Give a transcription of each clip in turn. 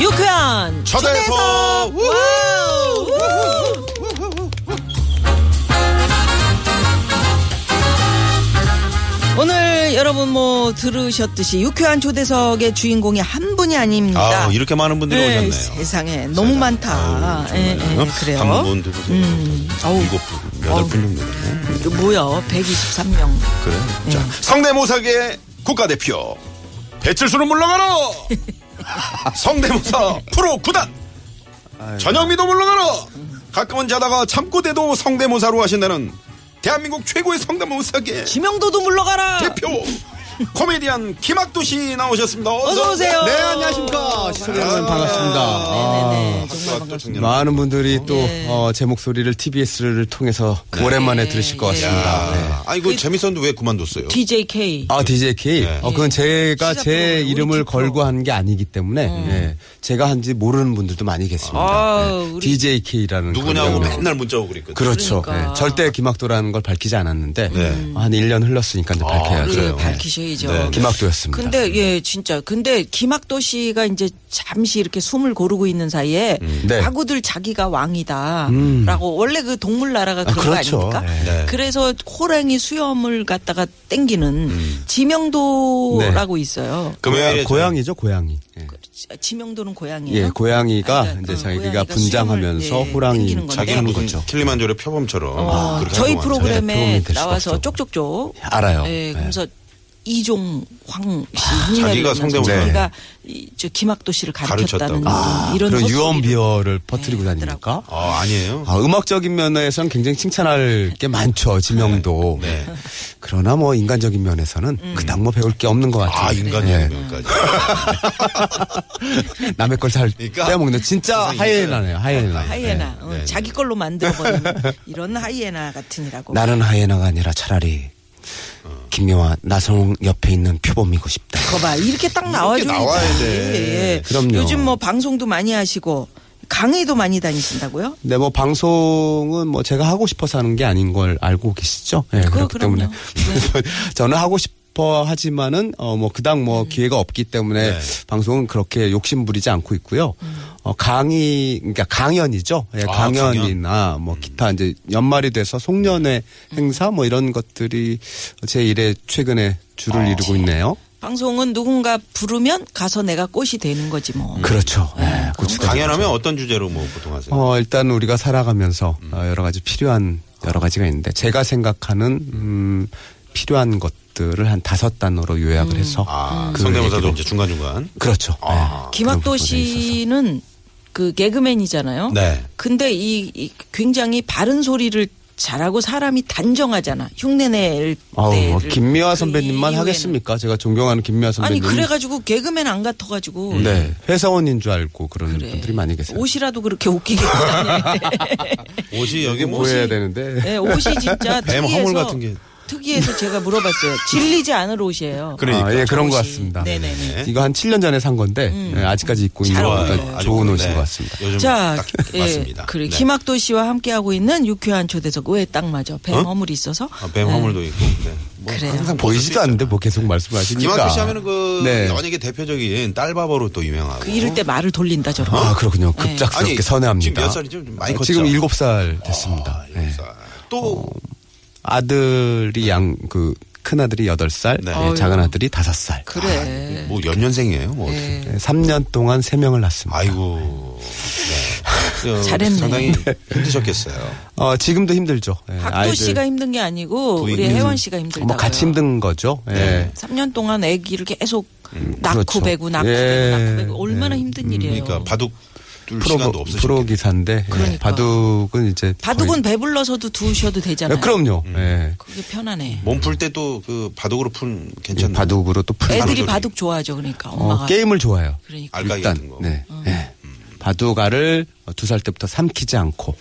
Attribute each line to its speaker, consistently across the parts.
Speaker 1: 유쾌한
Speaker 2: 초대석
Speaker 1: 와우! 오늘 여러분 뭐 들으셨듯이 유쾌한 초대석의 주인공이 한 분이 아닙니다.
Speaker 2: 아 이렇게 많은 분들이
Speaker 1: 네,
Speaker 2: 오셨네요.
Speaker 1: 세상에 너무 많다.
Speaker 2: 아유,
Speaker 1: 예, 예,
Speaker 2: 정말요.
Speaker 1: 그래요. 음,
Speaker 2: 한 분, 두 분, 세 분,
Speaker 1: 어우.
Speaker 2: 일곱 분, 여덟
Speaker 1: 어우. 음.
Speaker 2: 분 정도 되네.
Speaker 1: 이거 뭐야? 123명.
Speaker 2: 그래.
Speaker 1: 예.
Speaker 2: 자 성대모사계 국가대표 배칠수는 물러가라. 성대모사 프로 구단 전영미도 물러가라. 가끔은 자다가 참고대도 성대모사로 하신다는 대한민국 최고의 성대모사계
Speaker 1: 지명도도 물러가라.
Speaker 2: 대표 코미디언 김학도 씨 나오셨습니다.
Speaker 1: 어서 오세요. 아,
Speaker 3: 네, 안녕하십니까. 시청자 여러분 반갑습니다.
Speaker 1: 네네네.
Speaker 3: 아,
Speaker 2: 박수 박수
Speaker 1: 네.
Speaker 2: 청년.
Speaker 3: 많은 분들이 또, 어, 제 목소리를 TBS를 통해서
Speaker 1: 네.
Speaker 3: 오랜만에 들으실 것 같습니다.
Speaker 2: 아,
Speaker 3: 네.
Speaker 2: 아이고 재밌었는데 왜 그만뒀어요?
Speaker 1: DJK.
Speaker 3: 아, DJ K. 어, 그건 제가
Speaker 1: 네. 시작
Speaker 3: 제
Speaker 1: 프로그램, 우리
Speaker 3: 이름을 걸고
Speaker 1: 프로.
Speaker 3: 한 게 아니기 때문에, 예, 제가 한지 모르는 분들도 많이 계십니다.
Speaker 2: 네.
Speaker 1: 아우, 우리-
Speaker 3: DJ K라는.
Speaker 2: 누구냐고 맨날 문자 오고 그랬거든.
Speaker 3: 그렇죠.
Speaker 1: 그러니까.
Speaker 3: 예, 절대 김학도라는 걸 밝히지 않았는데, 한 1년 흘렀으니까 이제 밝혀야죠.
Speaker 2: 그래요?
Speaker 1: 를
Speaker 3: 예.
Speaker 1: 아, 밝히셔야죠.
Speaker 2: 네,
Speaker 3: 김학도였습니다.
Speaker 1: 근데 예 진짜 근데 김학도 씨가 이제 잠시 이렇게 숨을 고르고 있는 사이에
Speaker 3: 네. 음.
Speaker 1: 아구들 자기가 왕이다라고 원래 그 동물 나라가 그런
Speaker 3: 그렇죠.
Speaker 1: 거 아닙니까? 그래서 호랑이 수염을 갖다가 땡기는
Speaker 3: 음. 네.
Speaker 1: 지명도라고 있어요.
Speaker 2: 금요일에
Speaker 3: 고양이죠, 고양이. 예.
Speaker 1: 지명도는 고양이예요.
Speaker 3: 예, 고양이가
Speaker 1: 아, 그러니까
Speaker 3: 이제
Speaker 1: 그
Speaker 3: 자기가
Speaker 1: 고양이가
Speaker 3: 분장하면서
Speaker 1: 수염을, 예,
Speaker 3: 호랑이
Speaker 1: 땡기는 건데.
Speaker 2: 자기는
Speaker 3: 하는
Speaker 2: 무슨
Speaker 3: 거죠.
Speaker 2: 음, 킬리만조로 표범처럼
Speaker 1: 어,
Speaker 2: 그렇게
Speaker 1: 저희
Speaker 2: 하고 앉아요.
Speaker 1: 프로그램에
Speaker 3: 될 수가
Speaker 1: 나와서
Speaker 3: 없죠.
Speaker 1: 쪽쪽쪽
Speaker 3: 알아요.
Speaker 1: 예,
Speaker 3: 네.
Speaker 1: 그래서 이종황 씨
Speaker 2: 자기가
Speaker 1: 흉내를 내면서
Speaker 2: 성대모사.
Speaker 1: 자기가 이, 저 김학도 씨를 가르쳤다는 아,
Speaker 2: 가르쳤다고.
Speaker 1: 이런
Speaker 3: 아, 그런
Speaker 1: 헛소리를.
Speaker 3: 유언비어를 퍼뜨리고
Speaker 1: 네,
Speaker 3: 다니니까.
Speaker 2: 아 아니에요.
Speaker 3: 아, 음악적인 면에서는 굉장히 칭찬할 게 많죠, 지명도.
Speaker 2: 네. 음.
Speaker 3: 그러나 뭐 인간적인 면에서는 그닥 뭐 배울 게 없는 것 같아요.
Speaker 2: 아 인간이에요. 여기까지.
Speaker 3: 네. 남의 걸 잘
Speaker 2: 그러니까 아,
Speaker 3: 빼먹는 진짜
Speaker 2: 세상에
Speaker 3: 하이에나네요, 하이에나.
Speaker 1: 하이에나 어,
Speaker 2: 네, 네.
Speaker 1: 자기 걸로 만들어버리는 이런 하이에나
Speaker 2: 어.
Speaker 1: 같은이라고
Speaker 3: 나는 하이에나가 아니라 차라리 김미화 나성홍 옆에 있는 표범이고 싶다.
Speaker 1: 거봐 이렇게 딱 나와줘야
Speaker 2: 나와야 돼.
Speaker 3: 그럼요.
Speaker 1: 요즘 뭐 방송도 많이 하시고 강의도 많이 다니신다고요?
Speaker 3: 네, 뭐 방송은 뭐 제가 하고 싶어서 하는 게 아닌 걸 알고 계시죠? 예,
Speaker 1: 그거
Speaker 3: 그렇기
Speaker 1: 그럼요. 네.
Speaker 3: 때문에 저는 하고 싶어 하지만은 어뭐 그닥
Speaker 1: 네.
Speaker 3: 뭐 기회가 없기 때문에 방송은 그렇게 욕심 부리지 않고 있고요.
Speaker 1: 음.
Speaker 3: 어 강의 그러니까 강연이죠. 예,
Speaker 2: 아, 강연.
Speaker 3: 강연이나 뭐 기타 이제 연말이 돼서 송년회 행사 뭐 이런 것들이 제 일에 최근에 줄을 이루고 있네요.
Speaker 1: 방송은 누군가 부르면 가서 내가 꽃이 되는 거지 뭐.
Speaker 3: 그렇죠. 예, 고추가
Speaker 2: 강연하면 어떤 주제로 뭐 보통 하세요?
Speaker 3: 어, 일단 우리가 살아가면서
Speaker 2: 음.
Speaker 3: 어, 여러 가지 필요한 여러 가지가 있는데 제가 생각하는 음, 필요한 것들을 한 다섯 단어로
Speaker 1: 음.
Speaker 3: 요약을 해서
Speaker 2: 아
Speaker 3: 음. 그걸
Speaker 2: 성대모사도
Speaker 3: 얘기로.
Speaker 2: 이제 중간 중간.
Speaker 3: 그렇죠.
Speaker 2: 아.
Speaker 1: 김학도
Speaker 3: 그런 부분에 있어서.
Speaker 1: 씨는 그 개그맨이잖아요.
Speaker 3: 어?
Speaker 2: 네.
Speaker 1: 근데 이, 이 굉장히 바른 소리를 잘하고 사람이 단정하잖아. 흉내낼 때.
Speaker 3: 아우 뭐 김미화 선배님만 하겠습니까? 제가 존경하는 김미화
Speaker 1: 네, 그 아니
Speaker 3: 선배님.
Speaker 1: 그래가지고 개그맨 안 같아가지고
Speaker 3: 네 회사원인 줄 알고 그런
Speaker 1: 그래.
Speaker 3: 분들이 많이 계세요.
Speaker 1: 옷이라도 그렇게 웃기게 입고 다니는데.
Speaker 2: 옷이 여기 뭐
Speaker 3: 해야 되는데.
Speaker 1: 네, 옷이 진짜
Speaker 2: 뱀
Speaker 1: 특이해서
Speaker 2: 허물 같은 게.
Speaker 1: 특이해서 제가 물어봤어요. 질리지 않을 옷이에요.
Speaker 2: 그러니까.
Speaker 3: 아, 예, 그런 것
Speaker 1: 옷이.
Speaker 3: 같습니다.
Speaker 1: 네네네. 음.
Speaker 3: 이거 한 7년 전에 산 건데 예, 아직까지 입고 있는
Speaker 1: 잘
Speaker 3: 거니까
Speaker 1: 어울려요.
Speaker 3: 좋은
Speaker 2: 아주,
Speaker 3: 옷인
Speaker 2: 네.
Speaker 3: 것 같습니다.
Speaker 2: 요즘
Speaker 1: 자,
Speaker 2: 딱
Speaker 1: 예,
Speaker 2: 맞습니다.
Speaker 1: 그래
Speaker 2: 네.
Speaker 1: 김학도 씨와 함께 하고 있는 유쾌한 초대석 왜 딱 맞아? 뱀
Speaker 2: 어?
Speaker 1: 허물이 있어서.
Speaker 2: 아, 뱀 허물도 있고. 네. 뭐
Speaker 1: 그래요.
Speaker 3: 항상 보이지도 않는데 뭐 계속 말씀하시니까.
Speaker 2: 김학도 씨 하면은 네. 그
Speaker 3: 네.
Speaker 2: 연예계 대표적인 딸바보로 또 유명하고.
Speaker 1: 그 이럴 때 말을 돌린다 저런.
Speaker 3: 아 그렇군요.
Speaker 1: 네.
Speaker 3: 급작스럽게
Speaker 2: 어? 아니,
Speaker 3: 선회합니다.
Speaker 2: 지금 몇 살이죠? 좀 많이
Speaker 3: 어,
Speaker 2: 컸죠?
Speaker 3: 지금 7살 됐습니다. 네.
Speaker 2: 아,
Speaker 3: 어,
Speaker 2: 일곱 살. 또
Speaker 3: 아들이 양 그 큰아들이 8살,
Speaker 2: 네.
Speaker 3: 예,
Speaker 2: 어휴.
Speaker 3: 작은 아들이 네. 5살.
Speaker 1: 그래.
Speaker 2: 뭐 연년생이에요? 뭐 어떻게.
Speaker 3: 예, 3년 동안 3명을 낳습니다.
Speaker 2: 아이고. 네. 어,
Speaker 1: 잘했네.
Speaker 2: 상당히 힘드셨겠어요.
Speaker 3: 어, 지금도 힘들죠. 예,
Speaker 1: 박도
Speaker 3: 아이들.
Speaker 1: 씨가 힘든 게 아니고 우리
Speaker 2: 부인님.
Speaker 1: 혜원 씨가 힘들다.
Speaker 3: 뭐 같이 힘든 거죠. 예.
Speaker 2: 네.
Speaker 1: 3년 동안 아기를 계속 낳고
Speaker 3: 그렇죠.
Speaker 1: 배고 낳고
Speaker 3: 예. 음, 그러니까
Speaker 1: 배고 낳고 배고 얼마나 힘든 일이에요.
Speaker 2: 그러니까 바둑 둘 시간도 없으실
Speaker 3: 프로 기사인데 예,
Speaker 1: 그러니까.
Speaker 3: 바둑은 이제
Speaker 1: 바둑은 네. 배불러서도 두셔도
Speaker 3: 거의-
Speaker 1: 되잖아요.
Speaker 3: 예, 그럼요.
Speaker 2: 음.
Speaker 3: 예.
Speaker 1: 그게 편하네.
Speaker 2: 몸풀 때 또 그 바둑으로 푼 괜찮나?
Speaker 3: 바둑으로 또 풀.
Speaker 1: 애들이
Speaker 2: 바둑놀이.
Speaker 1: 바둑 좋아하죠. 그러니까 엄마가
Speaker 3: 어, 게임을 좋아해요.
Speaker 1: 그러니까
Speaker 2: 알까기 같은
Speaker 3: 일단
Speaker 2: 거.
Speaker 3: 네. 예. 바둑알을 두 살 때부터 삼키지 않고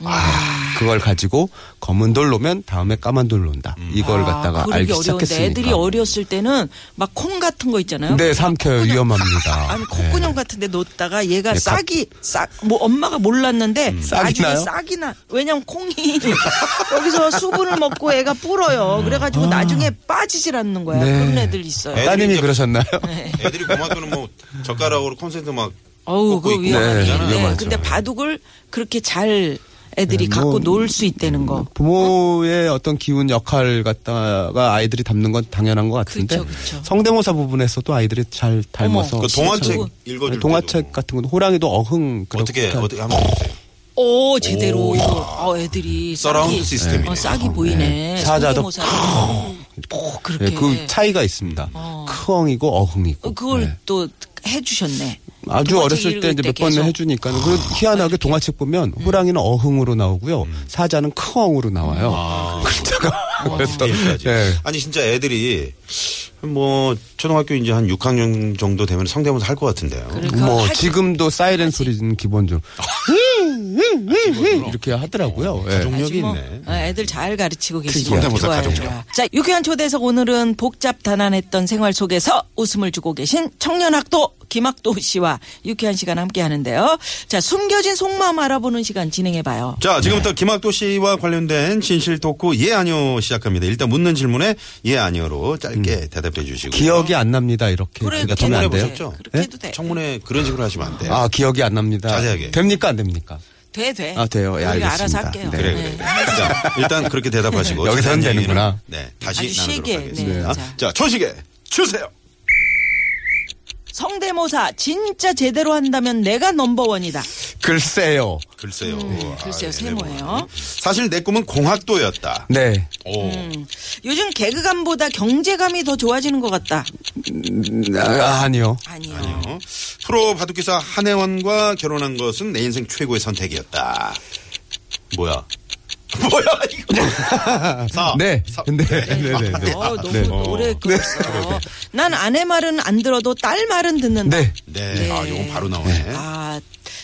Speaker 3: 그걸 가지고 검은 돌 놓으면 다음에 까만 돌 놓는다. 이걸 갖다가
Speaker 1: 아, 그러기
Speaker 3: 알기
Speaker 1: 어려운데
Speaker 3: 시작했으니까.
Speaker 1: 애들이 어렸을 때는 막 콩 같은 거 있잖아요.
Speaker 3: 네, 삼켜요. 위험합니다.
Speaker 1: 아니 콧구멍 같은데 놓다가 얘가
Speaker 3: 네, 갑-
Speaker 1: 싹이 싹 뭐 엄마가 몰랐는데
Speaker 3: 싹이
Speaker 1: 나중에
Speaker 3: 나요?
Speaker 1: 싹이 나 왜냐면 콩이 여기서 수분을 먹고 애가 불어요 그래가지고 나중에 빠지질 않는 거야
Speaker 3: 음. 아. 네.
Speaker 1: 그런 애들 있어요
Speaker 2: 애-
Speaker 3: 따님이
Speaker 2: 이제- 네.
Speaker 3: 그러셨나요?
Speaker 2: 애들이 고마도는 뭐 젓가락으로 콘센트 막
Speaker 1: 어우
Speaker 2: 꽂고
Speaker 1: 그
Speaker 2: 있고
Speaker 1: 위험하네
Speaker 2: 그러잖아요.
Speaker 1: 네,
Speaker 3: 위험하죠.
Speaker 1: 근데 바둑을 그렇게 잘 애들이
Speaker 3: 네,
Speaker 1: 갖고
Speaker 3: 뭐-
Speaker 1: 놀 수 있다는 거
Speaker 3: 부모의 어떤 기운 역할 갖다가 아이들이 닮는 건 당연한 것 같은데
Speaker 1: 그쵸, 그쵸.
Speaker 3: 성대모사 부분에서도 아이들이 잘 닮아서
Speaker 2: 그 동화책
Speaker 3: 실제로- 네,
Speaker 2: 읽어줄
Speaker 3: 동화책
Speaker 2: 때도.
Speaker 3: 같은 것도 호랑이도 어흥 그렇게
Speaker 2: 어떻게
Speaker 3: 할-
Speaker 2: 어떻게 한번 보세요.
Speaker 1: 오 제대로 이거 어, 애들이
Speaker 2: 서라운드
Speaker 1: 싹이-
Speaker 2: 시스템이네요.
Speaker 1: 어, 싹이 보이네
Speaker 3: 네. 사자도
Speaker 1: 성대모사. 오,
Speaker 3: 예,
Speaker 1: 그렇게
Speaker 3: 그 차이가 있습니다. 크엉이고 어흥이고
Speaker 1: 어, 그걸
Speaker 3: 네.
Speaker 1: 또 해주셨네.
Speaker 3: 아주
Speaker 1: 동화책
Speaker 3: 어렸을 때
Speaker 1: 읽을
Speaker 3: 이제 몇
Speaker 1: 계속.
Speaker 3: 번을 해주니까 그 희한하게 동화책 보면 호랑이는 어흥으로 나오고요 사자는 크엉으로 나와요. 글자가 그래서
Speaker 2: 때까지.
Speaker 3: 예.
Speaker 2: 네, 아니 진짜 애들이 뭐 초등학교 이제 한 6학년 정도 되면 성대모사 할 것 같은데요.
Speaker 1: 그러니까
Speaker 3: 뭐
Speaker 1: 하지-
Speaker 3: 지금도 사이렌 소리는 기본적으로 이렇게 하더라고요. 예.
Speaker 2: 가족력이
Speaker 1: 아주 뭐,
Speaker 2: 있네.
Speaker 1: 아, 애들 잘 가르치고 계시네요.
Speaker 2: 성대모사
Speaker 1: 좋아요,
Speaker 2: 가족력.
Speaker 1: 좋아요. 자, 유쾌한 초대석 오늘은 복잡 단안했던 생활 속에서 웃음을 주고 계신 청년학도 김학도 씨와 유쾌한 시간 함께 하는데요. 자, 숨겨진 속마음 알아보는 시간 진행해봐요.
Speaker 3: 네.
Speaker 2: 자, 지금부터 김학도 씨와 관련된 진실 토크 예 아니요 시작합니다. 일단 묻는 질문에 예 아니요로 짧게 대답해 주시고
Speaker 3: 음. 기억이 안 납니다. 이렇게
Speaker 1: 그래,
Speaker 3: 그러니까
Speaker 1: 기억을
Speaker 3: 하면 안
Speaker 2: 청문회
Speaker 3: 돼요?
Speaker 2: 보셨죠?
Speaker 1: 그렇게 해도 돼.
Speaker 2: 청문회 그런 식으로 하시면 안 돼요.
Speaker 3: 아 기억이 안 납니다.
Speaker 2: 네. 자세하게.
Speaker 3: 됩니까 안 됩니까?
Speaker 1: 돼, 돼.
Speaker 3: 아, 돼요. 예,
Speaker 1: 우리가
Speaker 3: 알겠습니다.
Speaker 1: 알아서 할게요.
Speaker 3: 네.
Speaker 2: 그래
Speaker 1: 네.
Speaker 2: 그래. 자, 일단 그렇게 대답하시고
Speaker 3: 여기서는
Speaker 2: 자세한
Speaker 3: 되는구나.
Speaker 2: 얘기는, 네, 다시
Speaker 1: 아주
Speaker 2: 나누도록
Speaker 1: 쉽게,
Speaker 2: 하겠습니다.
Speaker 1: 네, 자.
Speaker 2: 자, 초식에 주세요.
Speaker 1: 성대모사 진짜 제대로 한다면 내가 넘버원이다.
Speaker 3: 글쎄요.
Speaker 2: 글쎄요. 아,
Speaker 1: 음, 글쎄요,
Speaker 2: 예,
Speaker 1: 세모예요.
Speaker 2: 사실 내 꿈은 공학도였다.
Speaker 3: 네.
Speaker 2: 오.
Speaker 1: 요즘 개그감보다 경제감이 더 좋아지는 것 같다.
Speaker 3: 아, 니요
Speaker 1: 아니요.
Speaker 2: 어? 프로 바둑기사 한혜원과 결혼한 것은 내 인생 최고의 선택이었다. 뭐야? 뭐야 이거? 사.
Speaker 3: 네.
Speaker 2: 아, 사.
Speaker 3: 네. 네. 네. 네.
Speaker 1: 어,
Speaker 2: 아,
Speaker 1: 너무
Speaker 3: 네.
Speaker 1: 오래 끌었어. 난 아내 말은 안 들어도 딸 말은 듣는다.
Speaker 3: 네.
Speaker 2: 네. 네. 아, 요건 바로 나오네.
Speaker 1: 아,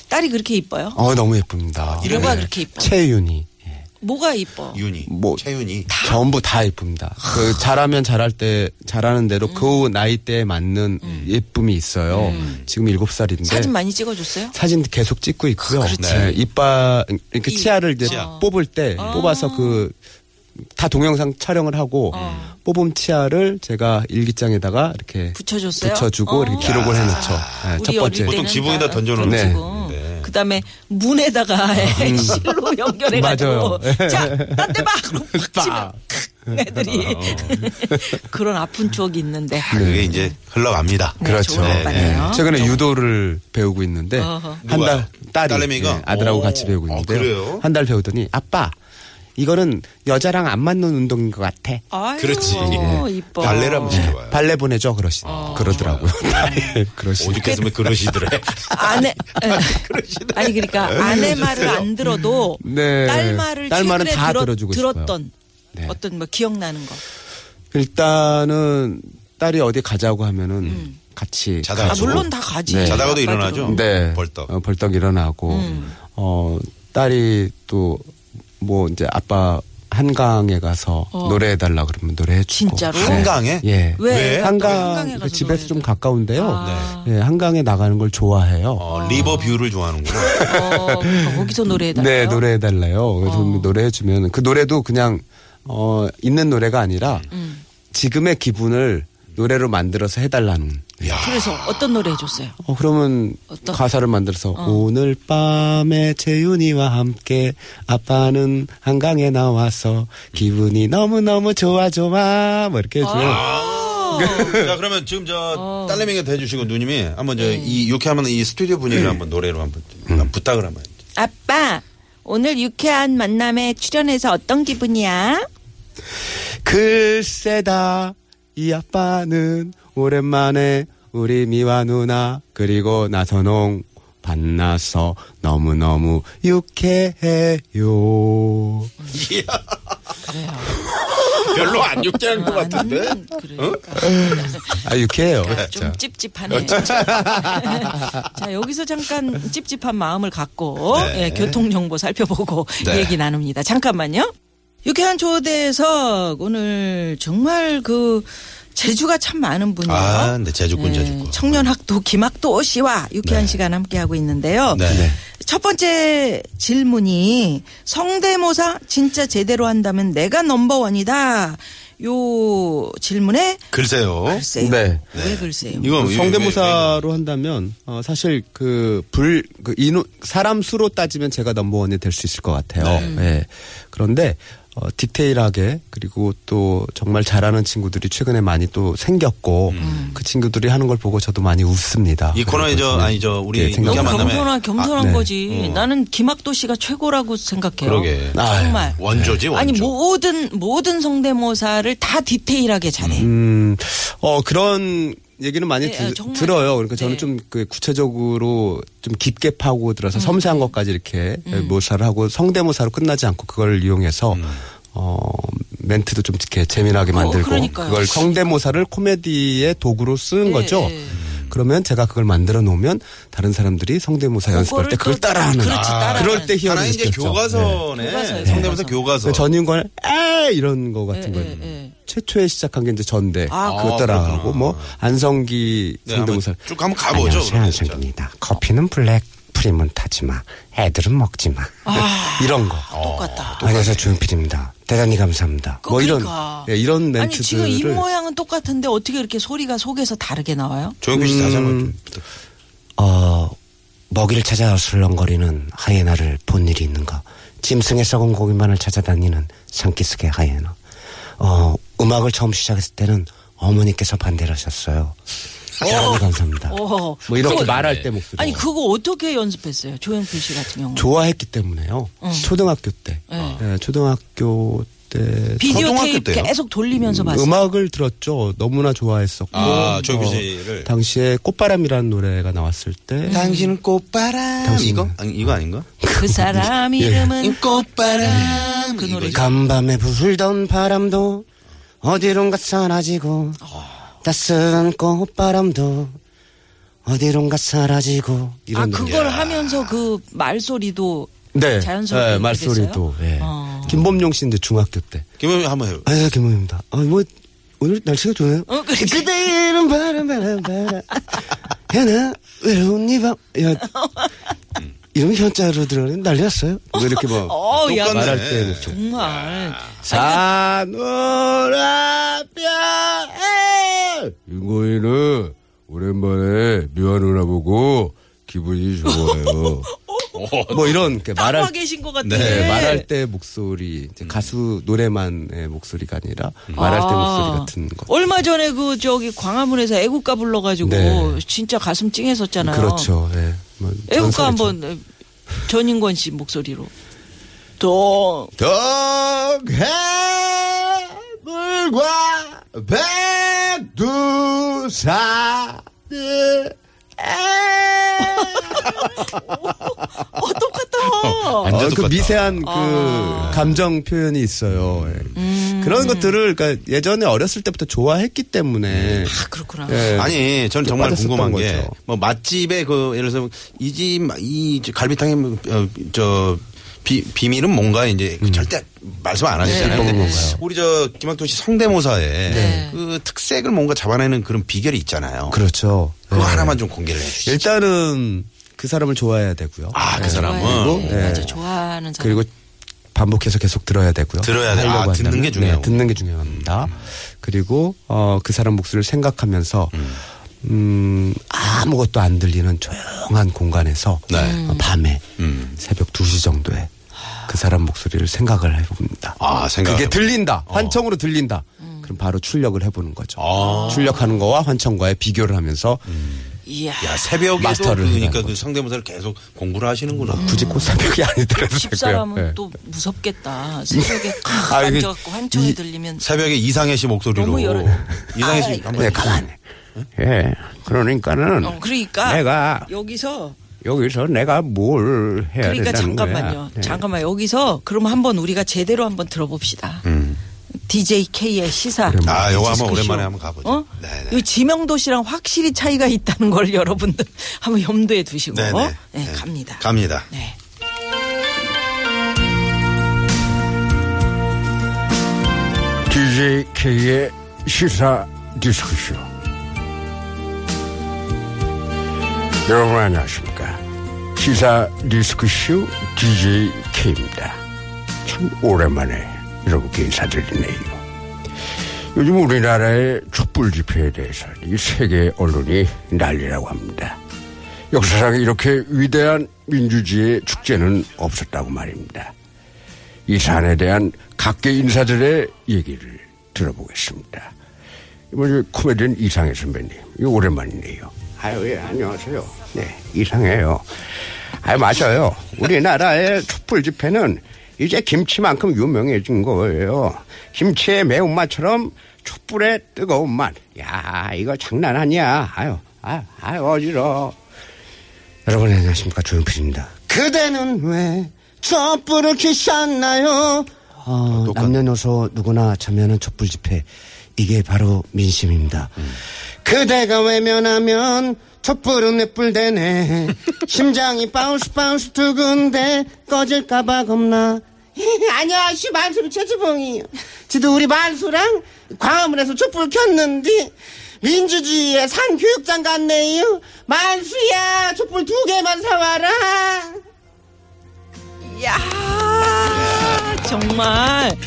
Speaker 1: 딸이 그렇게 이뻐요?
Speaker 3: 어 너무 예쁩니다. 네.
Speaker 1: 뭐가
Speaker 2: 네.
Speaker 1: 그렇게 이뻐?
Speaker 3: 채윤이. 예.
Speaker 1: 뭐가 이뻐?
Speaker 2: 윤이.
Speaker 3: 뭐-
Speaker 2: 채윤이.
Speaker 3: 전부 다 예쁩니다.
Speaker 1: 아.
Speaker 3: 그 잘하면 잘할 때 잘하는
Speaker 1: 음.
Speaker 3: 대로 그 나이 대에 맞는 예쁨이 있어요. 지금 일곱
Speaker 1: 음.
Speaker 3: 살인데
Speaker 2: 네.
Speaker 1: 사진 많이 찍어줬어요?
Speaker 3: 사진 계속 찍고 있고요.
Speaker 1: 그렇지.
Speaker 3: 네, 이빨 이렇게 치아를 이제
Speaker 2: 치아.
Speaker 3: 뽑을 때 뽑아서 그 다 동영상 촬영을 하고 뽑은 치아를 제가 일기장에다가 이렇게
Speaker 1: 어. 붙여줬어요?
Speaker 3: 붙여주고
Speaker 1: 어.
Speaker 3: 이렇게 기록을 해놓죠. 네, 첫
Speaker 1: 우리 어릴
Speaker 3: 번째.
Speaker 1: 때는
Speaker 2: 아, 보통 지붕에다
Speaker 1: 다
Speaker 2: 던져놓는
Speaker 3: 네.
Speaker 1: 던지고
Speaker 2: 네. 음.
Speaker 1: 그다음에 문에다가 실로 연결해가지고
Speaker 3: 맞아요.
Speaker 1: 자, 딴데 봐! 그럼 팍 치면
Speaker 3: 빡!
Speaker 1: 애들이 그런 아픈 추억이 있는데
Speaker 2: 어. 네. 그게 이제 흘러갑니다.
Speaker 3: 그렇죠.
Speaker 1: 네, 좋은 오빠네요.
Speaker 3: 최근에 유도를 배우고 있는데
Speaker 1: 어허.
Speaker 3: 한 달 딸이
Speaker 2: 딸내미가?
Speaker 3: 예, 아들하고
Speaker 2: 오.
Speaker 3: 같이 배우고
Speaker 2: 아,
Speaker 3: 있는데요.
Speaker 2: 그래요?
Speaker 3: 한 달 배우더니 아빠 이거는 여자랑 안 맞는 운동인 것 같아. 네.
Speaker 1: 아유,
Speaker 2: 그렇지. 예.
Speaker 1: 어, 이뻐.
Speaker 2: 발레를 한번 시켜봐요.
Speaker 3: 발레 보내줘 그러시
Speaker 1: 어.
Speaker 3: 그러더라고요. 네, 그러시.
Speaker 2: 오죽했으면 그러시더래.
Speaker 1: 아내 에. 아니 그러니까 아내 말을 안 들어도
Speaker 3: 네.
Speaker 1: 딸 말을
Speaker 3: 딸 말은
Speaker 1: 최근에
Speaker 3: 다
Speaker 1: 들었,
Speaker 3: 들어주고 싶어요.
Speaker 1: 들었던
Speaker 3: 네.
Speaker 1: 어떤 뭐 기억나는 거.
Speaker 3: 일단은 딸이 어디 가자고 하면은 같이
Speaker 2: 자다가
Speaker 1: 아
Speaker 2: 가지고.
Speaker 1: 물론 다 가지.
Speaker 3: 네.
Speaker 2: 자다가도
Speaker 1: 아빠들은.
Speaker 2: 일어나죠?
Speaker 3: 네.
Speaker 2: 벌떡.
Speaker 3: 어, 벌떡 일어나고,
Speaker 1: 음.
Speaker 3: 어, 딸이 또, 뭐, 이제 아빠 한강에 가서 노래해달라 그러면
Speaker 1: 어.
Speaker 3: 노래해주고.
Speaker 2: 아, 네.
Speaker 1: 진짜로?
Speaker 2: 한강에?
Speaker 3: 예.
Speaker 1: 왜?
Speaker 2: 왜?
Speaker 3: 한강,
Speaker 1: 한강에 가서
Speaker 3: 그 집에서 좀
Speaker 1: 노래해줘?
Speaker 3: 가까운데요.
Speaker 1: 아.
Speaker 3: 예, 한강에 나가는 걸 좋아해요.
Speaker 2: 어, 리버 뷰를 좋아하는구나.
Speaker 1: 어, 그러니까 거기서 노래해달라.
Speaker 3: 네, 노래해달라요. 그래서
Speaker 1: 어.
Speaker 3: 노래해주면 그 노래도 그냥, 어, 있는 노래가 아니라
Speaker 1: 음,
Speaker 3: 지금의 기분을 노래로 만들어서 해달라는.
Speaker 1: 그래서 어떤 노래 해줬어요?
Speaker 3: 어, 그러면
Speaker 1: 어떤-
Speaker 3: 가사를 만들어서 오늘 밤에 재윤이와 함께 아빠는 한강에 나와서 기분이 너무너무 좋아 좋아 뭐 이렇게 해주면
Speaker 2: 자 그러면 지금 저
Speaker 1: 어.
Speaker 2: 딸내미한테 해주시고 누님이 한번
Speaker 1: 네.
Speaker 2: 저 이 유쾌하면 이 스튜디오 분위기를 한번 노래로 한번 부탁을 한번.
Speaker 1: 아빠 오늘 유쾌한 만남에 출연해서 어떤 기분이야?
Speaker 3: 글쎄다 이 아빠는 오랜만에 우리 미화 누나 그리고 나선홍 만나서 너무너무 유쾌해요.
Speaker 2: 별로 안 욕대한 것 같은데?
Speaker 1: 음, 그러니까.
Speaker 3: 아, 유쾌해요.
Speaker 1: 야, 좀 찝찝하네.
Speaker 2: 어,
Speaker 1: 자, 여기서 잠깐 찝찝한 마음을 갖고
Speaker 2: 네.
Speaker 1: 예, 교통정보 살펴보고
Speaker 2: 네.
Speaker 1: 얘기 나눕니다. 잠깐만요. 유쾌한 초대석 오늘 정말 그 재주가 참 많은 분이에요.
Speaker 2: 아, 근데 재주꾼,
Speaker 1: 예,
Speaker 2: 재주꾼.
Speaker 1: 청년학도 김학도 씨와 유쾌한
Speaker 2: 네.
Speaker 1: 시간 함께하고 있는데요.
Speaker 2: 네. 네.
Speaker 1: 첫 번째 질문이 성대모사 진짜 제대로 한다면 내가 넘버원이다. 요 질문에
Speaker 2: 글쎄요.
Speaker 1: 글쎄요.
Speaker 3: 네.
Speaker 1: 왜 글쎄요?
Speaker 2: 이거 왜- 왜-
Speaker 3: 그 성대모사로 한다면 어, 사실 그 불 그 인원 사람 수로 따지면 제가 넘버원이 될 수 있을 것 같아요.
Speaker 2: 네.
Speaker 3: 예. 그런데 어, 디테일하게 그리고 또 정말 잘하는 친구들이 최근에 많이 또 생겼고 그 친구들이 하는 걸 보고 저도 많이 웃습니다.
Speaker 2: 음. 이 코너에 저-
Speaker 3: 그래서
Speaker 2: 아니, 저 우리
Speaker 3: 예, 생각-
Speaker 2: 유쾌한
Speaker 1: 너무
Speaker 2: 만남에-
Speaker 1: 겸손한 겸손한
Speaker 3: 아, 네.
Speaker 1: 거지. 나는 김학도 씨가 최고라고 생각해요.
Speaker 2: 그러게.
Speaker 3: 아유. 예.
Speaker 1: 정말.
Speaker 2: 원조지, 원조.
Speaker 1: 네. 아니 뭐 모든 모든 성대모사를 다 디테일하게 잘해.
Speaker 3: 음, 어, 그런 얘기는 많이
Speaker 1: 네,
Speaker 3: 드-
Speaker 1: 아, 정말.
Speaker 3: 들어요. 그러니까 저는
Speaker 1: 네.
Speaker 3: 좀 그 구체적으로 좀 깊게 파고
Speaker 1: 음,
Speaker 3: 들어서 섬세한 것까지 이렇게 모사를 하고 성대모사로 끝나지 않고 그걸 이용해서
Speaker 2: 음.
Speaker 3: 어, 멘트도 좀 이렇게 재미나게 만들고
Speaker 1: 어, 그러니까요.
Speaker 3: 그걸 성대모사를 코미디의 도구로 쓰는
Speaker 1: 예,
Speaker 3: 거죠. 음.
Speaker 1: 예.
Speaker 3: 그러면 제가 그걸 만들어 놓으면 다른 사람들이 성대모사 연습할 때
Speaker 1: 그거를
Speaker 3: 그걸
Speaker 1: 또-
Speaker 3: 따라하는 아,
Speaker 1: 그렇지, 따라하는.
Speaker 3: 그럴 때
Speaker 2: 하나
Speaker 3: 희열을
Speaker 2: 이제
Speaker 3: 느꼈죠.
Speaker 2: 교과서네.
Speaker 1: 교과서예요,
Speaker 2: 성대모사
Speaker 1: 교과서.
Speaker 2: 교과서.
Speaker 3: 전인권에 에 이런 거 같은
Speaker 1: 예,
Speaker 3: 거
Speaker 1: 예, 예.
Speaker 3: 최초에 시작한 게 이제 전대
Speaker 1: 아,
Speaker 3: 그거
Speaker 2: 아,
Speaker 3: 따라하고 뭐 안성기
Speaker 2: 네,
Speaker 3: 성대모사
Speaker 2: 한번 쭉 한번 가보죠,
Speaker 3: 안녕하세요
Speaker 2: 그러면 진짜.
Speaker 3: 안성기입니다 커피는 블랙 프림은 타지 마 애들은 먹지 마 이런 거
Speaker 1: 아, 똑같다.
Speaker 3: 안녕하세요 조용필입니다 대단히 감사합니다
Speaker 1: 그-
Speaker 3: 뭐 이런
Speaker 1: 그러니까.
Speaker 3: 예, 이런 멘트들을
Speaker 1: 아니 지금 입 모양은 똑같은데 어떻게 이렇게 소리가 속에서 다르게 나와요?
Speaker 2: 조영필 씨 다시 한번.
Speaker 3: 어, 먹이를 찾아 술렁거리는 하이에나를 본 일이 있는가? 짐승의 썩은 고기만을 찾아다니는 산기슭의 하이에나. 어, 음악을 처음 시작했을 때는 어머니께서 반대를 하셨어요. 대단히 감사합니다.
Speaker 1: 오.
Speaker 3: 뭐 이렇게
Speaker 1: 그거-
Speaker 3: 말할 때 목소리.
Speaker 1: 어. 아니 그거 어떻게 연습했어요? 조영필 씨 같은 경우.
Speaker 3: 좋아했기 때문에요. 초등학교 때.
Speaker 1: 네.
Speaker 3: 예, 초등학교 때.
Speaker 1: 비디오
Speaker 2: 초등학교
Speaker 1: 테이프
Speaker 2: 때요?
Speaker 1: 계속 돌리면서 봤어요.
Speaker 3: 음악을 들었죠. 너무나 좋아했었고.
Speaker 2: 아, 조용필
Speaker 3: 어,
Speaker 2: 씨를.
Speaker 3: 당시에 꽃바람이라는 노래가 나왔을 때.
Speaker 2: 당신은 꽃바람. 음.
Speaker 3: 당신은-
Speaker 2: 이거? 아니, 이거 아닌가?
Speaker 1: 그 사람
Speaker 3: 예.
Speaker 1: 이름은
Speaker 2: 꽃바람.
Speaker 1: 그 노래죠.
Speaker 3: 간밤에 불던 바람도 어디론가 사라지고 따스한 꽃바람도 어디론가 사라지고
Speaker 1: 아
Speaker 3: 이런
Speaker 1: 그걸 하면서 그 말소리도
Speaker 3: 네,
Speaker 1: 자연스럽게 어.
Speaker 3: 네, 말소리도 예. 김범용 씨 이제 중학교 때
Speaker 2: 김현미 한번 해요.
Speaker 3: 안녕하세요 아, 예, 김범용입니다 아뭐 오늘 날씨가 좋아요
Speaker 1: 어, 그래.
Speaker 3: 그대 이름 바람 바람 바람 현아 외로운 네 이밤 이름이 현자로 들어가는 난리 났어요 뭐 이렇게 막
Speaker 1: 어, 야,
Speaker 2: 똑같네.
Speaker 3: 말할 때 목소리.
Speaker 1: 정말.
Speaker 3: 사노라뼈 윤고이는 오랜만에 미화 누나 보고 기분이 좋아요. 뭐 이런 이렇게 말할
Speaker 1: 따라 어? 계신 것 음. 같아.
Speaker 3: 네, 말할 때 목소리 이제 가수 노래만의 목소리가 아니라 말할 때
Speaker 1: 아.
Speaker 3: 목소리 같은 거.
Speaker 1: 얼마 전에 그 저기 광화문에서 애국가 불러가지고
Speaker 3: 네.
Speaker 1: 진짜 가슴 찡했었잖아요.
Speaker 3: 그렇죠. 네. 뭐
Speaker 1: 애국가
Speaker 3: 전설이죠.
Speaker 1: 한번 전인권 씨 목소리로. 또
Speaker 3: 동해물과 백두산을
Speaker 1: 어, 똑같다.
Speaker 2: 완전
Speaker 3: 어, 그
Speaker 2: 똑같다.
Speaker 3: 미세한 그 감정 표현이 있어요. 예. 그런 것들을 그러니까 예전에 어렸을 때부터 좋아했기 때문에
Speaker 1: 아, 그렇구나.
Speaker 3: 예.
Speaker 2: 아니, 저는 정말
Speaker 3: 빠졌었던
Speaker 2: 궁금한 게,
Speaker 3: 거죠.
Speaker 2: 뭐, 맛집에 그, 예를 들어서, 이 집, 이 갈비탕의, 어, 저, 비, 비밀은 뭔가, 이제,
Speaker 3: 음.
Speaker 2: 그 절대 말씀 안 하시잖아요.
Speaker 3: 비법은
Speaker 2: 근데
Speaker 3: 뭔가요? 네.
Speaker 2: 우리 저, 김학도 씨 성대모사에,
Speaker 1: 네.
Speaker 2: 그 특색을 뭔가 잡아내는 그런 비결이 있잖아요.
Speaker 3: 그렇죠.
Speaker 2: 그거
Speaker 3: 예.
Speaker 2: 하나만 좀 공개를 해주시죠.
Speaker 3: 일단은 그 사람을 좋아해야 되고요.
Speaker 2: 아, 그
Speaker 3: 예.
Speaker 2: 사람은.
Speaker 1: 네, 맞아 좋아하는 사람.
Speaker 3: 그리고 반복해서 계속 들어야 되고요.
Speaker 2: 들어야 돼요.
Speaker 3: 하려고
Speaker 2: 아, 듣는
Speaker 3: 한다면.
Speaker 2: 게 음. 중요하고.
Speaker 3: 네, 듣는 게 중요합니다. 그리고 어, 그 사람 목소리를 생각하면서 음, 아무것도 안 들리는 조용한 공간에서
Speaker 2: 네.
Speaker 3: 어, 밤에
Speaker 2: 음.
Speaker 3: 새벽 2시 정도에 그 사람 목소리를 생각을 해봅니다.
Speaker 2: 아, 생각을
Speaker 3: 그게
Speaker 2: 해봅니다.
Speaker 3: 들린다. 환청으로 들린다. 그럼 바로 출력을 해보는 거죠.
Speaker 2: 아. 음.
Speaker 3: 출력하는 거와 환청과의 비교를 하면서
Speaker 1: 이야.
Speaker 2: 야, 새벽에도
Speaker 3: 마스터를 해야
Speaker 2: 그러니까
Speaker 3: 하는
Speaker 2: 그 성대모사를 계속 공부를 하시는구나.
Speaker 3: 굳이 꼭 새벽이 아니더라도 되고요.
Speaker 1: 집사람은
Speaker 3: 네.
Speaker 1: 또 무섭겠다. 새벽에 칵
Speaker 3: 아, 이게
Speaker 1: 앉아갖고 환청이
Speaker 3: 이-
Speaker 1: 들리면
Speaker 2: 새벽에 이상해 씨 목소리로.
Speaker 1: 너무 열어.
Speaker 2: 이상해 씨
Speaker 1: 아이고.
Speaker 2: 한번
Speaker 3: 네, 가만. 예. 그러니까는
Speaker 1: 어, 그러니까
Speaker 3: 내가
Speaker 1: 여기서
Speaker 3: 여기서 내가 뭘 해야
Speaker 1: 그러니까
Speaker 3: 된다는
Speaker 1: 잠깐만요.
Speaker 3: 거야. 네.
Speaker 1: 잠깐만 여기서 그럼 한번 우리가 제대로 한번 들어봅시다.
Speaker 3: 음.
Speaker 1: DJ K의 시사.
Speaker 2: 아, 요거 한번
Speaker 1: 디스크쇼.
Speaker 2: 오랜만에 한번 가보죠.
Speaker 1: 어?
Speaker 2: 네네.
Speaker 1: 이 지명도 씨랑 확실히 차이가 있다는 걸 여러분들 한번 염두에 두시고
Speaker 2: 네네.
Speaker 1: 네,
Speaker 2: 네.
Speaker 1: 갑니다.
Speaker 2: 갑니다.
Speaker 1: 네.
Speaker 3: 네.
Speaker 4: DJ K의 시사 디스크쇼. 여러분 안녕하십니까? 시사 디스크쇼 DJ K입니다. 참 오랜만에 여러분께 인사드리네요. 요즘 우리나라의 촛불 집회에 대해서 이 세계 언론이 난리라고 합니다. 역사상에 이렇게 위대한 민주주의의 축제는 없었다고 말입니다. 이 사안에 대한 각계 인사들의 얘기를 들어보겠습니다. 먼저 코미디언 이상해 선배님, 이거 오랜만이네요. 아유, 예, 안녕하세요. 네, 이상해요. 아유, 맞아요. 우리나라의 촛불 집회는 이제 김치만큼 유명해진 거예요. 김치의 매운맛처럼 촛불의 뜨거운 맛. 야, 이거 장난 아니야. 아유, 아유, 아유 어지러워. 여러분 안녕하십니까 조용필입니다. 그대는 왜 촛불을 켜셨나요?
Speaker 2: 아,
Speaker 4: 어, 남녀노소 누구나 참여하는 촛불 집회 이게 바로 민심입니다.
Speaker 2: 음.
Speaker 4: 그대가 외면하면 촛불은 넷불대네 심장이 바운스 바운스 두근데 꺼질까봐 겁나 아니야 씨 만수는 최지봉이요 지도 우리 만수랑 광화문에서 촛불 켰는데 민주주의의 산 교육장 갔네요 만수야 촛불 두 개만 사와라
Speaker 1: 야 정말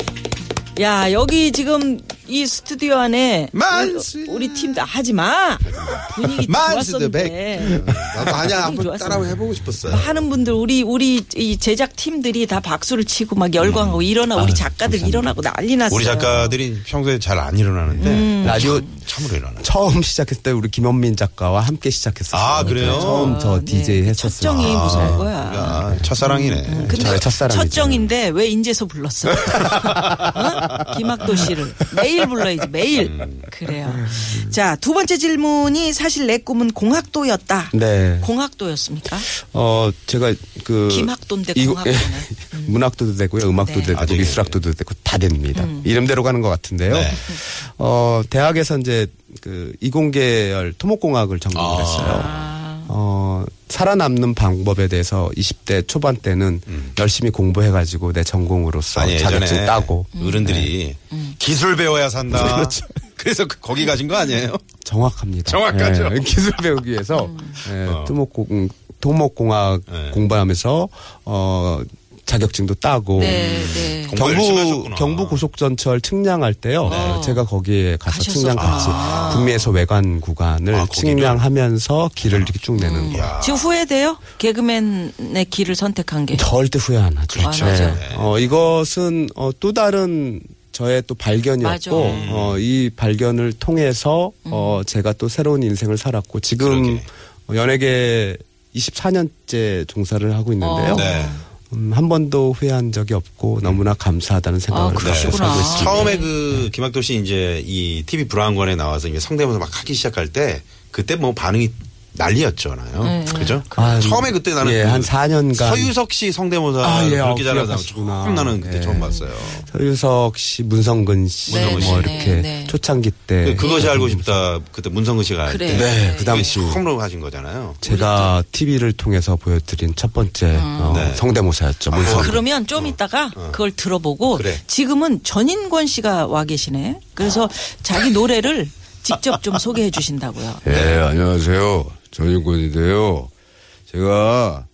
Speaker 1: 야 여기 지금 이 스튜디오 안에
Speaker 2: 만수.
Speaker 1: 우리 팀도 하지 마 분위기
Speaker 2: 만수 더
Speaker 4: 음.
Speaker 1: 좋았었는데
Speaker 2: 나도 아니야. 한번
Speaker 1: 음. 좋았어요.
Speaker 2: 따라 해보고 싶었어요.
Speaker 1: 뭐 하는 분들 우리 우리 이 제작 팀들이 다 박수를 치고 막 열광하고
Speaker 3: 음.
Speaker 1: 일어나
Speaker 3: 아,
Speaker 1: 우리 작가들 일어나고 난리 났어요.
Speaker 2: 우리 작가들이 평소에 잘 안 일어나는데
Speaker 1: 음.
Speaker 2: 음.
Speaker 3: 라디오
Speaker 2: 참으로 일어나.
Speaker 3: 처음 시작했을 때 우리 김현민 작가와 함께 시작했었어요.
Speaker 2: 아, 그래요?
Speaker 3: 처음 저
Speaker 1: 네.
Speaker 3: DJ 했었어요.
Speaker 1: 첫정이 무서운 거야.
Speaker 2: 아, 첫사랑이네.
Speaker 1: 음, 근데
Speaker 3: 아. 저의 첫사랑이죠.
Speaker 1: 첫정인데 왜 인제서 불렀어? 어? 김학도 씨를 매일 불러야지 매일.
Speaker 3: 음.
Speaker 1: 그래요. 자 두 번째 질문이 사실 내 꿈은 공학도였다.
Speaker 3: 네.
Speaker 1: 공학도였습니까?
Speaker 3: 어 제가 그
Speaker 1: 김학도인데
Speaker 3: 이거-
Speaker 1: 공학도네.
Speaker 3: 문학도도 되고요, 음악도도
Speaker 1: 네. 음.
Speaker 3: 되고
Speaker 2: 아직-
Speaker 3: 미술학도도 되고 다 됩니다. 이름대로 가는 것 같은데요.
Speaker 2: 네.
Speaker 3: 어 대학에서 이제 그 이공계열 토목공학을
Speaker 2: 아.
Speaker 3: 전공을 했어요. 어 살아남는 방법에 대해서 20대 초반 때는 열심히 공부해가지고 내 전공으로서
Speaker 2: 음. 아니
Speaker 3: 자격증
Speaker 2: 예전에
Speaker 3: 따고
Speaker 1: 음.
Speaker 3: 네. 그렇죠.
Speaker 2: 어른들이 기술 배워야 산다. 그래서 그- 거기 가신 거 아니에요?
Speaker 1: 네.
Speaker 3: 정확합니다.
Speaker 2: 정확하죠.
Speaker 3: 예, 기술 배우기 위해서
Speaker 1: 음.
Speaker 3: 예,
Speaker 2: 어.
Speaker 3: 토목공 토목공학
Speaker 2: 네.
Speaker 3: 공부하면서 어 자격증도 따고
Speaker 1: 네, 네.
Speaker 2: 공부 열심히
Speaker 3: 경부
Speaker 2: 하셨구나.
Speaker 3: 경부 고속전철 측량할 때요.
Speaker 1: 어.
Speaker 3: 예, 제가 거기에 가서 측량 같이
Speaker 1: 가셨었구나.
Speaker 3: 북미에서 외관 구간을
Speaker 2: 아, 거기를?
Speaker 3: 측량하면서 길을
Speaker 1: 아.
Speaker 3: 이렇게 쭉 내는 거.
Speaker 2: 야.
Speaker 1: 지금 후회돼요? 개그맨의 길을 선택한 게.
Speaker 3: 절대 후회 안 하죠.
Speaker 1: 그렇죠. 안
Speaker 2: 네.
Speaker 1: 하죠.
Speaker 3: 어, 이것은 어, 또 다른 저의 또 발견이었고
Speaker 1: 맞아.
Speaker 2: 음.
Speaker 3: 어, 이 발견을 통해서
Speaker 1: 음.
Speaker 3: 어, 제가 또 새로운 인생을 살았고 지금
Speaker 2: 그러게.
Speaker 3: 어, 연예계 24년째 종사를 하고 있는데요.
Speaker 1: 어.
Speaker 2: 네. 음.
Speaker 3: 음, 한 번도 후회한 적이 없고 너무나 감사하다는
Speaker 1: 아,
Speaker 3: 생각을 갖고
Speaker 1: 그러시구나.
Speaker 3: 네, 살고 있습니다.
Speaker 2: 처음에 그 김학도 씨 이제 이 TV 브라운관에 나와서 이제 성대모사 막 하기 시작할 때 그때 뭐 반응이 난리였잖아요.
Speaker 1: 네,
Speaker 2: 그죠?
Speaker 1: 그렇죠.
Speaker 3: 아,
Speaker 2: 처음에 그때 나는
Speaker 3: 예,
Speaker 2: 그
Speaker 3: 한 4년간
Speaker 2: 서유석 씨 성대모사
Speaker 3: 아, 예,
Speaker 2: 그렇게
Speaker 3: 아,
Speaker 2: 잘하다
Speaker 3: 기억하시구나.
Speaker 2: 처음 나는 그때
Speaker 3: 예.
Speaker 2: 처음 봤어요.
Speaker 3: 서유석 씨, 문성근 씨,
Speaker 1: 네,
Speaker 3: 뭐
Speaker 1: 네,
Speaker 3: 이렇게
Speaker 1: 네, 네.
Speaker 3: 초창기 때
Speaker 2: 그, 것이 알고 싶다. 그때 문성근 씨가 할
Speaker 1: 그래.
Speaker 2: 때.
Speaker 1: 네,
Speaker 3: 예. 그 당시.
Speaker 2: 처음으로 하신 거잖아요.
Speaker 3: 제가 TV를 통해서 보여드린 첫 번째 어,
Speaker 2: 네.
Speaker 3: 성대모사였죠. 문성근.
Speaker 1: 음. 아, 그러면
Speaker 4: 어.
Speaker 1: 좀 이따가 그걸 들어보고
Speaker 2: 그래.
Speaker 1: 지금은 전인권 씨가 와 계시네. 그래서
Speaker 4: 아.
Speaker 1: 자기 노래를 직접 좀 소개해 주신다고요.
Speaker 4: 예, 안녕하세요. 전인권인데요. 제가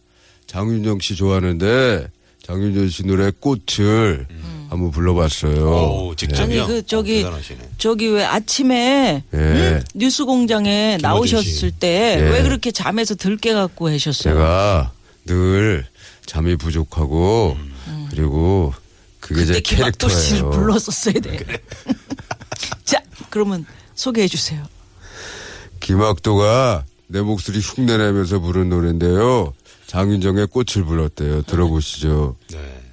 Speaker 4: 장윤정 씨 좋아하는데 장윤정 씨 노래 꽃을
Speaker 1: 음.
Speaker 4: 한번 불러봤어요.
Speaker 2: 오, 직접이요?
Speaker 1: 아니 그 저기
Speaker 2: 어, 대단하시네.
Speaker 1: 저기 왜 아침에
Speaker 4: 예.
Speaker 1: 응? 뉴스공장에 나오셨을 때 왜
Speaker 4: 예.
Speaker 1: 그렇게 잠에서 들깨 갖고 하셨어요?
Speaker 4: 제가 늘 잠이 부족하고 그리고 그게
Speaker 1: 그때
Speaker 4: 제
Speaker 1: 음. 김학도 씨를
Speaker 4: 캐릭터예요.
Speaker 1: 불렀었어야 돼. 자 그러면 소개해 주세요.
Speaker 4: 김학도가 내 목소리 흉내내면서 부른 노래인데요. 장윤정의 꽃을 불렀대요. 들어보시죠.
Speaker 2: 네.